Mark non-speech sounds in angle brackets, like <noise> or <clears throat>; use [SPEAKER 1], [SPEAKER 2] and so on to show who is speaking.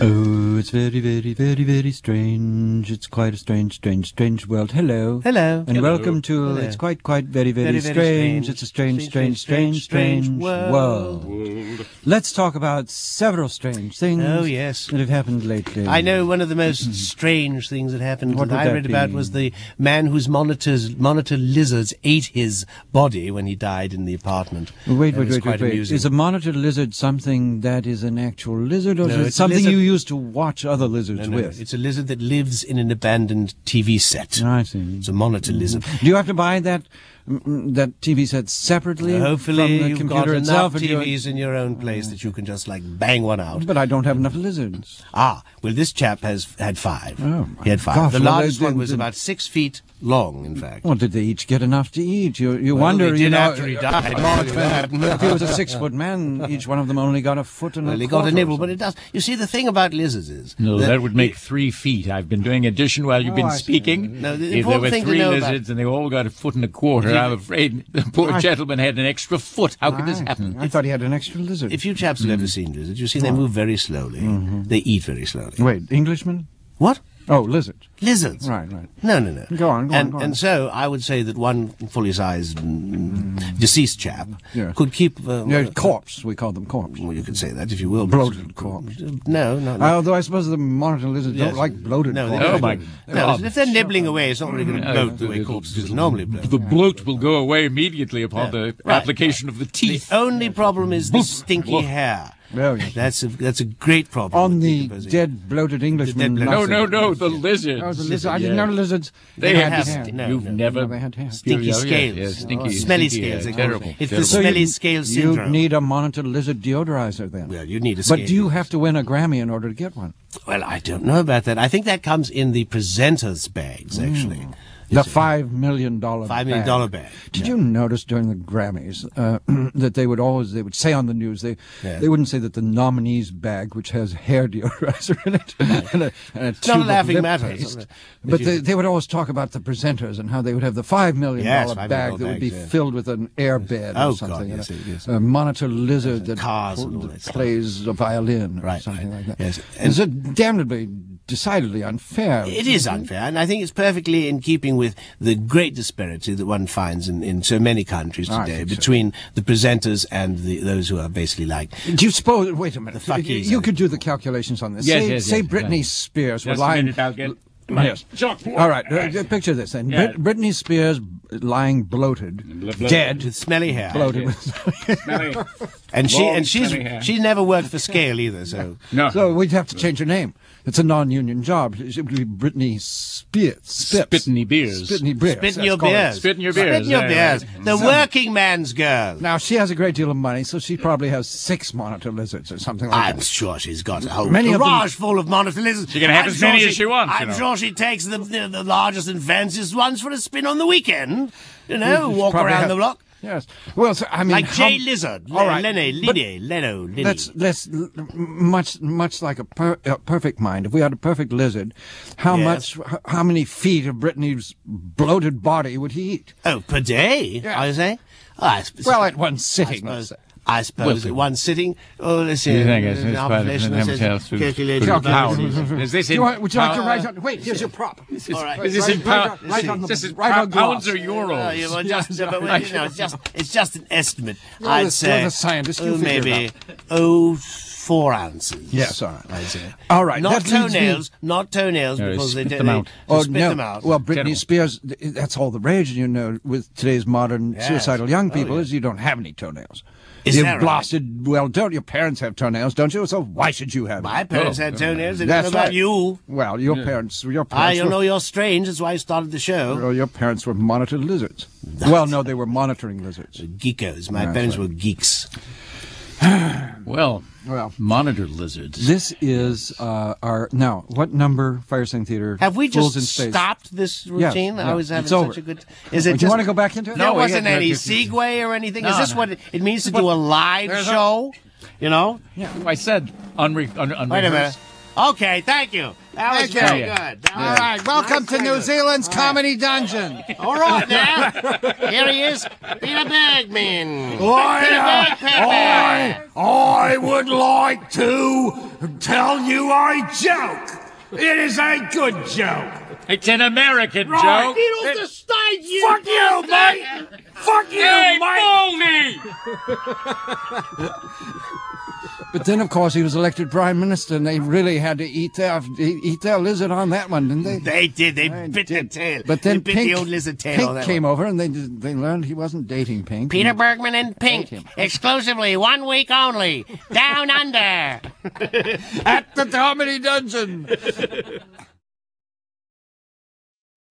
[SPEAKER 1] Oh, it's very, very, very, very strange. It's quite a strange, strange, strange world. Hello.
[SPEAKER 2] Hello.
[SPEAKER 1] And
[SPEAKER 3] Hello.
[SPEAKER 1] welcome to
[SPEAKER 2] Hello.
[SPEAKER 1] It's Quite, Quite Very, Very,
[SPEAKER 2] Very, very
[SPEAKER 1] strange.
[SPEAKER 2] strange.
[SPEAKER 1] It's a strange, strange,
[SPEAKER 2] Strange,
[SPEAKER 1] strange, strange,
[SPEAKER 2] strange, strange
[SPEAKER 1] world.
[SPEAKER 2] world.
[SPEAKER 3] World.
[SPEAKER 1] Let's talk about several strange things
[SPEAKER 2] Oh, yes.
[SPEAKER 1] that have happened lately.
[SPEAKER 2] I know one of the most strange things that happened
[SPEAKER 1] What
[SPEAKER 2] that
[SPEAKER 1] would
[SPEAKER 2] I
[SPEAKER 1] that
[SPEAKER 2] read about
[SPEAKER 1] be?
[SPEAKER 2] was the man whose monitors, monitor lizards ate his body when he died in the apartment.
[SPEAKER 1] Wait,
[SPEAKER 2] That
[SPEAKER 1] wait,
[SPEAKER 2] was
[SPEAKER 1] wait, wait,
[SPEAKER 2] quite
[SPEAKER 1] wait.
[SPEAKER 2] amusing.
[SPEAKER 1] Is a monitor lizard something that is an actual lizard, or
[SPEAKER 2] No,
[SPEAKER 1] is it
[SPEAKER 2] it's a
[SPEAKER 1] something
[SPEAKER 2] lizard.
[SPEAKER 1] you use to watch other lizards
[SPEAKER 2] No, no,
[SPEAKER 1] with?
[SPEAKER 2] It's a lizard that lives in an abandoned TV set.
[SPEAKER 1] I see.
[SPEAKER 2] It's a monitor lizard.
[SPEAKER 1] Do you have to buy that mm, mm, that TV set separately
[SPEAKER 2] Hopefully,
[SPEAKER 1] from the
[SPEAKER 2] you've got
[SPEAKER 1] computer
[SPEAKER 2] enough
[SPEAKER 1] itself? and Mm-hmm. you-
[SPEAKER 2] TVs in your own place that you can just like bang one out.
[SPEAKER 1] But I don't have enough lizards.
[SPEAKER 2] Ah, well, this chap has had five.
[SPEAKER 1] Oh, my
[SPEAKER 2] he had five.
[SPEAKER 1] gosh,
[SPEAKER 2] the
[SPEAKER 1] well,
[SPEAKER 2] largest
[SPEAKER 1] they-
[SPEAKER 2] one was
[SPEAKER 1] they-
[SPEAKER 2] about six feet long, in fact.
[SPEAKER 1] Well, did they each get enough to eat? You, you
[SPEAKER 2] Well,
[SPEAKER 1] wonder.
[SPEAKER 2] they
[SPEAKER 1] you
[SPEAKER 2] did
[SPEAKER 1] know,
[SPEAKER 2] after he died.
[SPEAKER 3] Uh,
[SPEAKER 1] a large man- <laughs> if he was a six-foot
[SPEAKER 2] <laughs>
[SPEAKER 1] man, each one of them only got a foot and
[SPEAKER 2] Well,
[SPEAKER 1] a
[SPEAKER 2] he got a
[SPEAKER 1] quarter or
[SPEAKER 2] nibble, but
[SPEAKER 1] something.
[SPEAKER 2] it does. You see, the thing about lizards is
[SPEAKER 3] No,
[SPEAKER 2] that-
[SPEAKER 3] that, would make three feet. I've been doing addition while you've been
[SPEAKER 1] I see.
[SPEAKER 3] speaking.
[SPEAKER 2] Oh, No, the
[SPEAKER 3] if there
[SPEAKER 2] important
[SPEAKER 3] were
[SPEAKER 2] thing to
[SPEAKER 3] three
[SPEAKER 2] know about-
[SPEAKER 3] lizards and they all got a foot and a quarter, I'm afraid the poor gentleman had an extra foot. How could this
[SPEAKER 1] I-
[SPEAKER 3] happen?
[SPEAKER 1] I thought he had an extra lizard.
[SPEAKER 2] if you chaps have ever
[SPEAKER 1] Mm.
[SPEAKER 2] seen lizards, you see they move very slowly.
[SPEAKER 1] Mm-hmm.
[SPEAKER 2] They eat very slowly.
[SPEAKER 1] Wait, Englishman?
[SPEAKER 2] What?
[SPEAKER 1] Oh, lizard.
[SPEAKER 2] Lizards?
[SPEAKER 1] Right, right.
[SPEAKER 2] No, no, no.
[SPEAKER 1] Go on, go on,
[SPEAKER 2] and,
[SPEAKER 1] go on.
[SPEAKER 2] And so I would say that one fully sized mm, deceased chap
[SPEAKER 1] Yeah.
[SPEAKER 2] could keep. Uh,
[SPEAKER 1] Yeah, corpse. We call them corpse.
[SPEAKER 2] Well, you could say that if you will. but-
[SPEAKER 1] Bloated corpse.
[SPEAKER 2] No, not
[SPEAKER 1] Uh, although I suppose the monitor lizards
[SPEAKER 2] Yes.
[SPEAKER 1] don't like bloated
[SPEAKER 2] No, they
[SPEAKER 1] corpses.
[SPEAKER 3] Oh, my
[SPEAKER 2] No,
[SPEAKER 3] God.
[SPEAKER 2] if they're nibbling away, it's not really going to bloat the way corpses normally bloat.
[SPEAKER 3] The bloat will go away immediately upon the
[SPEAKER 2] Right.
[SPEAKER 3] application of the
[SPEAKER 2] The
[SPEAKER 3] teeth.
[SPEAKER 2] only problem
[SPEAKER 1] <laughs>
[SPEAKER 2] is the stinky
[SPEAKER 3] Woof.
[SPEAKER 2] hair.
[SPEAKER 1] Oh, yes.
[SPEAKER 2] That's a, that's a great problem.
[SPEAKER 1] On
[SPEAKER 2] with
[SPEAKER 1] the
[SPEAKER 2] decomposing.
[SPEAKER 1] dead, bloated Englishman.
[SPEAKER 2] bloated-
[SPEAKER 3] no,
[SPEAKER 1] nothing.
[SPEAKER 3] no, no, the
[SPEAKER 1] Oh, the
[SPEAKER 3] lizards.
[SPEAKER 1] lizard. I didn't
[SPEAKER 3] yeah.
[SPEAKER 1] know lizards.
[SPEAKER 3] They
[SPEAKER 2] They
[SPEAKER 3] had
[SPEAKER 2] have
[SPEAKER 3] this-
[SPEAKER 2] hair. No,
[SPEAKER 3] You've
[SPEAKER 2] no,
[SPEAKER 3] never.
[SPEAKER 1] no, they had hair.
[SPEAKER 2] Stinky
[SPEAKER 3] Yeah, yeah,
[SPEAKER 2] scales. Oh,
[SPEAKER 3] yeah, stinky,
[SPEAKER 2] Smelly
[SPEAKER 3] stinky,
[SPEAKER 2] scales,
[SPEAKER 3] yeah,
[SPEAKER 2] they call
[SPEAKER 3] terrible.
[SPEAKER 2] it. It's the
[SPEAKER 3] terrible.
[SPEAKER 1] you-
[SPEAKER 2] smelly scale
[SPEAKER 1] You
[SPEAKER 2] syndrome.
[SPEAKER 1] need a monitor lizard deodorizer then.
[SPEAKER 2] Well, you need a
[SPEAKER 1] But do you
[SPEAKER 2] scale.
[SPEAKER 1] have to win a Grammy in order to get one?
[SPEAKER 2] Well, I don't know about that. I think that comes in the presenter's bags, actually.
[SPEAKER 1] Mm. The five million dollar
[SPEAKER 2] Five million
[SPEAKER 1] bag.
[SPEAKER 2] dollar bag.
[SPEAKER 1] Did you notice during the Grammys uh, <clears throat> that they would always they would say on the news they
[SPEAKER 2] Yeah.
[SPEAKER 1] they wouldn't say that the nominee's bag which has hair deodorizer in it <laughs> and a, and a tube of
[SPEAKER 2] laughing
[SPEAKER 1] lip
[SPEAKER 2] matter.
[SPEAKER 1] paste,
[SPEAKER 2] It's not a-
[SPEAKER 1] but
[SPEAKER 2] If you-
[SPEAKER 1] they, they would always talk about the presenters and how they would have the five million dollar
[SPEAKER 2] Yes, $5
[SPEAKER 1] bag that would be
[SPEAKER 2] bags, yeah.
[SPEAKER 1] filled with an air bed
[SPEAKER 2] Oh,
[SPEAKER 1] or
[SPEAKER 2] God,
[SPEAKER 1] something, and
[SPEAKER 2] yes,
[SPEAKER 1] a,
[SPEAKER 2] yes.
[SPEAKER 1] a monitor lizard that,
[SPEAKER 2] cars and all
[SPEAKER 1] that
[SPEAKER 2] that stuff.
[SPEAKER 1] plays a violin or
[SPEAKER 2] Right,
[SPEAKER 1] something
[SPEAKER 2] right.
[SPEAKER 1] like that.
[SPEAKER 2] Yes.
[SPEAKER 1] And it's a damnably decidedly unfair.
[SPEAKER 2] It is unfair, and I think it's perfectly in keeping with the great disparity that one finds in, in so many countries
[SPEAKER 1] I
[SPEAKER 2] today
[SPEAKER 1] think so.
[SPEAKER 2] between the presenters and the, those who are basically like.
[SPEAKER 1] Do you suppose? Wait a minute.
[SPEAKER 2] The fuck
[SPEAKER 1] you,
[SPEAKER 2] is
[SPEAKER 1] you
[SPEAKER 2] it?
[SPEAKER 1] could do the calculations on this.
[SPEAKER 3] Yes,
[SPEAKER 1] say
[SPEAKER 3] yes,
[SPEAKER 1] say
[SPEAKER 3] yes,
[SPEAKER 1] Britney
[SPEAKER 3] yes.
[SPEAKER 1] Spears
[SPEAKER 3] Just
[SPEAKER 1] was
[SPEAKER 3] a
[SPEAKER 1] lying.
[SPEAKER 3] minute, I'll get my
[SPEAKER 1] Yes.
[SPEAKER 3] chalk.
[SPEAKER 1] All right. uh, picture this then.
[SPEAKER 3] Yeah.
[SPEAKER 1] Brit- Britney Spears lying bloated,
[SPEAKER 3] Bl- bloated.
[SPEAKER 1] dead,
[SPEAKER 2] With smelly hair,
[SPEAKER 1] bloated. with-
[SPEAKER 2] <laughs> and she
[SPEAKER 3] Long,
[SPEAKER 2] and she's
[SPEAKER 3] smelly hair.
[SPEAKER 2] she's never worked for scale either.
[SPEAKER 1] <laughs>
[SPEAKER 2] So
[SPEAKER 3] no.
[SPEAKER 1] so we'd have to change her name. It's a non-union job. It should be Britney Spears. Spips.
[SPEAKER 3] Spitney Beers.
[SPEAKER 1] Spitney Beers.
[SPEAKER 2] spit in
[SPEAKER 1] let's
[SPEAKER 2] your
[SPEAKER 1] call it.
[SPEAKER 2] beers,
[SPEAKER 3] Spit in your
[SPEAKER 2] spit
[SPEAKER 3] beers,
[SPEAKER 2] in your
[SPEAKER 3] there,
[SPEAKER 2] beers.
[SPEAKER 3] right.
[SPEAKER 2] The working man's girl.
[SPEAKER 1] Now she has a great deal of money, so she probably has six monitor lizards or something like
[SPEAKER 2] I'm
[SPEAKER 1] that.
[SPEAKER 2] sure she's got a whole
[SPEAKER 1] Many of them-
[SPEAKER 2] garage full of monitor lizards. She
[SPEAKER 3] can have as many as she wants, you
[SPEAKER 2] I'm
[SPEAKER 3] know.
[SPEAKER 2] sure she takes the, the the largest and fanciest ones for a spin on the weekend. You know,
[SPEAKER 1] She's
[SPEAKER 2] walk
[SPEAKER 1] probably
[SPEAKER 2] around
[SPEAKER 1] had-
[SPEAKER 2] the block.
[SPEAKER 1] Yes. Well, so, I mean,
[SPEAKER 2] Like
[SPEAKER 1] how-
[SPEAKER 2] Jay Lizard,
[SPEAKER 1] All right.
[SPEAKER 2] Lenny,
[SPEAKER 1] But-
[SPEAKER 2] Liddy, Leno, Liddy.
[SPEAKER 1] That's that's l- much much like a per, uh, perfect mind. If we had a perfect lizard, how
[SPEAKER 2] Yes.
[SPEAKER 1] much h- how many feet of Brittany's bloated body would he eat?
[SPEAKER 2] Oh, per day,
[SPEAKER 1] Yeah.
[SPEAKER 2] I say. Oh, I suppose,
[SPEAKER 1] Well, at one
[SPEAKER 2] I
[SPEAKER 1] sitting. let's
[SPEAKER 2] suppose,
[SPEAKER 1] say.
[SPEAKER 2] I suppose
[SPEAKER 3] Well,
[SPEAKER 2] at one sitting. Oh, let's see.
[SPEAKER 3] You think it's- it's
[SPEAKER 2] uh,
[SPEAKER 3] quite a-
[SPEAKER 2] population
[SPEAKER 3] how
[SPEAKER 2] says
[SPEAKER 3] much else food-
[SPEAKER 2] calculated
[SPEAKER 3] food
[SPEAKER 2] about-
[SPEAKER 3] counts. Is this
[SPEAKER 1] Do you
[SPEAKER 3] in
[SPEAKER 1] want, would you like to
[SPEAKER 3] pound-
[SPEAKER 1] write on? Wait, here's your prop.
[SPEAKER 3] This is,
[SPEAKER 2] All right.
[SPEAKER 3] is this in
[SPEAKER 1] Right-
[SPEAKER 3] pound?
[SPEAKER 1] right on the-
[SPEAKER 3] this is
[SPEAKER 1] right on
[SPEAKER 3] pounds
[SPEAKER 1] glass.
[SPEAKER 3] or
[SPEAKER 2] Oh,
[SPEAKER 3] euros?
[SPEAKER 1] <laughs>
[SPEAKER 2] yeah, well, just,
[SPEAKER 1] Yeah,
[SPEAKER 2] but, well, you know, it's just, it's just an estimate.
[SPEAKER 1] You're
[SPEAKER 2] I'd
[SPEAKER 1] the-
[SPEAKER 2] say.
[SPEAKER 1] you're the scientist, you
[SPEAKER 2] oh,
[SPEAKER 1] figure it
[SPEAKER 2] maybe oh four ounces.
[SPEAKER 1] Yes, all right.
[SPEAKER 2] I'd say.
[SPEAKER 1] All right,
[SPEAKER 2] Not
[SPEAKER 1] that leaves me-
[SPEAKER 2] toenails, not toenails,
[SPEAKER 3] No,
[SPEAKER 2] because they
[SPEAKER 3] spit
[SPEAKER 2] don't-
[SPEAKER 3] them
[SPEAKER 2] they-
[SPEAKER 3] out.
[SPEAKER 2] to spit them out.
[SPEAKER 1] Oh, Well, Britney
[SPEAKER 3] Terrible.
[SPEAKER 1] Spears, th- that's all the rage, you know, with today's modern
[SPEAKER 2] Yes.
[SPEAKER 1] suicidal young
[SPEAKER 2] Oh,
[SPEAKER 1] people
[SPEAKER 2] yeah.
[SPEAKER 1] is you don't have any toenails.
[SPEAKER 2] Is
[SPEAKER 1] you
[SPEAKER 2] that right?
[SPEAKER 1] blasted. Well, don't your parents have toenails, don't you? So why should you have
[SPEAKER 2] my
[SPEAKER 1] them?
[SPEAKER 2] parents
[SPEAKER 3] Oh,
[SPEAKER 2] had toenails. They didn't know
[SPEAKER 1] That's
[SPEAKER 2] about
[SPEAKER 1] right.
[SPEAKER 2] you.
[SPEAKER 1] Well, your parents, your parents.
[SPEAKER 2] I, you
[SPEAKER 1] were-
[SPEAKER 2] know, you're strange. That's why I started the show.
[SPEAKER 1] Well, your parents were monitor lizards. Well, no, they were monitoring lizards.
[SPEAKER 2] Geekos. My
[SPEAKER 1] That's
[SPEAKER 2] parents
[SPEAKER 1] right.
[SPEAKER 2] were geeks.
[SPEAKER 3] Well,
[SPEAKER 1] Well.
[SPEAKER 3] monitor lizards.
[SPEAKER 1] This is uh, our now. What number Fire Sing Theater?
[SPEAKER 2] Have we
[SPEAKER 1] Fools
[SPEAKER 2] just
[SPEAKER 1] in Space.
[SPEAKER 2] stopped this routine?
[SPEAKER 1] yeah.
[SPEAKER 2] I was having
[SPEAKER 1] It's
[SPEAKER 2] such
[SPEAKER 1] over.
[SPEAKER 2] a good. Is it
[SPEAKER 1] Do you
[SPEAKER 2] just-
[SPEAKER 1] wanna go back into it?
[SPEAKER 2] There
[SPEAKER 1] No,
[SPEAKER 3] we
[SPEAKER 2] wasn't
[SPEAKER 3] have to
[SPEAKER 2] any
[SPEAKER 3] have this-
[SPEAKER 2] segue or anything. is
[SPEAKER 3] No,
[SPEAKER 2] this
[SPEAKER 3] no.
[SPEAKER 2] what it, it means to do a live
[SPEAKER 3] There's a-
[SPEAKER 2] show? You know.
[SPEAKER 3] I said unre- un-
[SPEAKER 2] Wait a minute.
[SPEAKER 3] unrehearsed.
[SPEAKER 2] Okay, Mm-hmm. thank you. That was
[SPEAKER 4] Thank you.
[SPEAKER 2] very
[SPEAKER 3] Yeah.
[SPEAKER 2] good. That
[SPEAKER 4] All
[SPEAKER 2] was-
[SPEAKER 4] right, welcome
[SPEAKER 2] Nice
[SPEAKER 4] to New
[SPEAKER 2] segment.
[SPEAKER 4] Zealand's Comedy Dungeon.
[SPEAKER 2] All right, now. Here he is, Peter Bergman. <laughs> Oh,
[SPEAKER 5] I, I, I would like to tell you a joke. It is a good joke.
[SPEAKER 3] It's an American
[SPEAKER 5] Right.
[SPEAKER 3] joke.
[SPEAKER 5] It- Fuck you, mate. Fuck you,
[SPEAKER 3] Hey,
[SPEAKER 5] mate.
[SPEAKER 3] phony!
[SPEAKER 1] <laughs> But then, of course, he was elected prime minister, and they really had to eat their eat their lizard on that one, didn't
[SPEAKER 2] <laughs>
[SPEAKER 1] they?
[SPEAKER 2] They did. They bit
[SPEAKER 1] did.
[SPEAKER 2] the tail.
[SPEAKER 1] But then
[SPEAKER 2] they bit
[SPEAKER 1] Pink,
[SPEAKER 2] the old lizard tail.
[SPEAKER 1] Pink
[SPEAKER 2] on that
[SPEAKER 1] came
[SPEAKER 2] one.
[SPEAKER 1] over, and they did- they learned he wasn't dating Pink.
[SPEAKER 2] Peter Bergman and Pink,
[SPEAKER 1] him.
[SPEAKER 2] exclusively one week only, down under.
[SPEAKER 1] the Comedy Dungeon.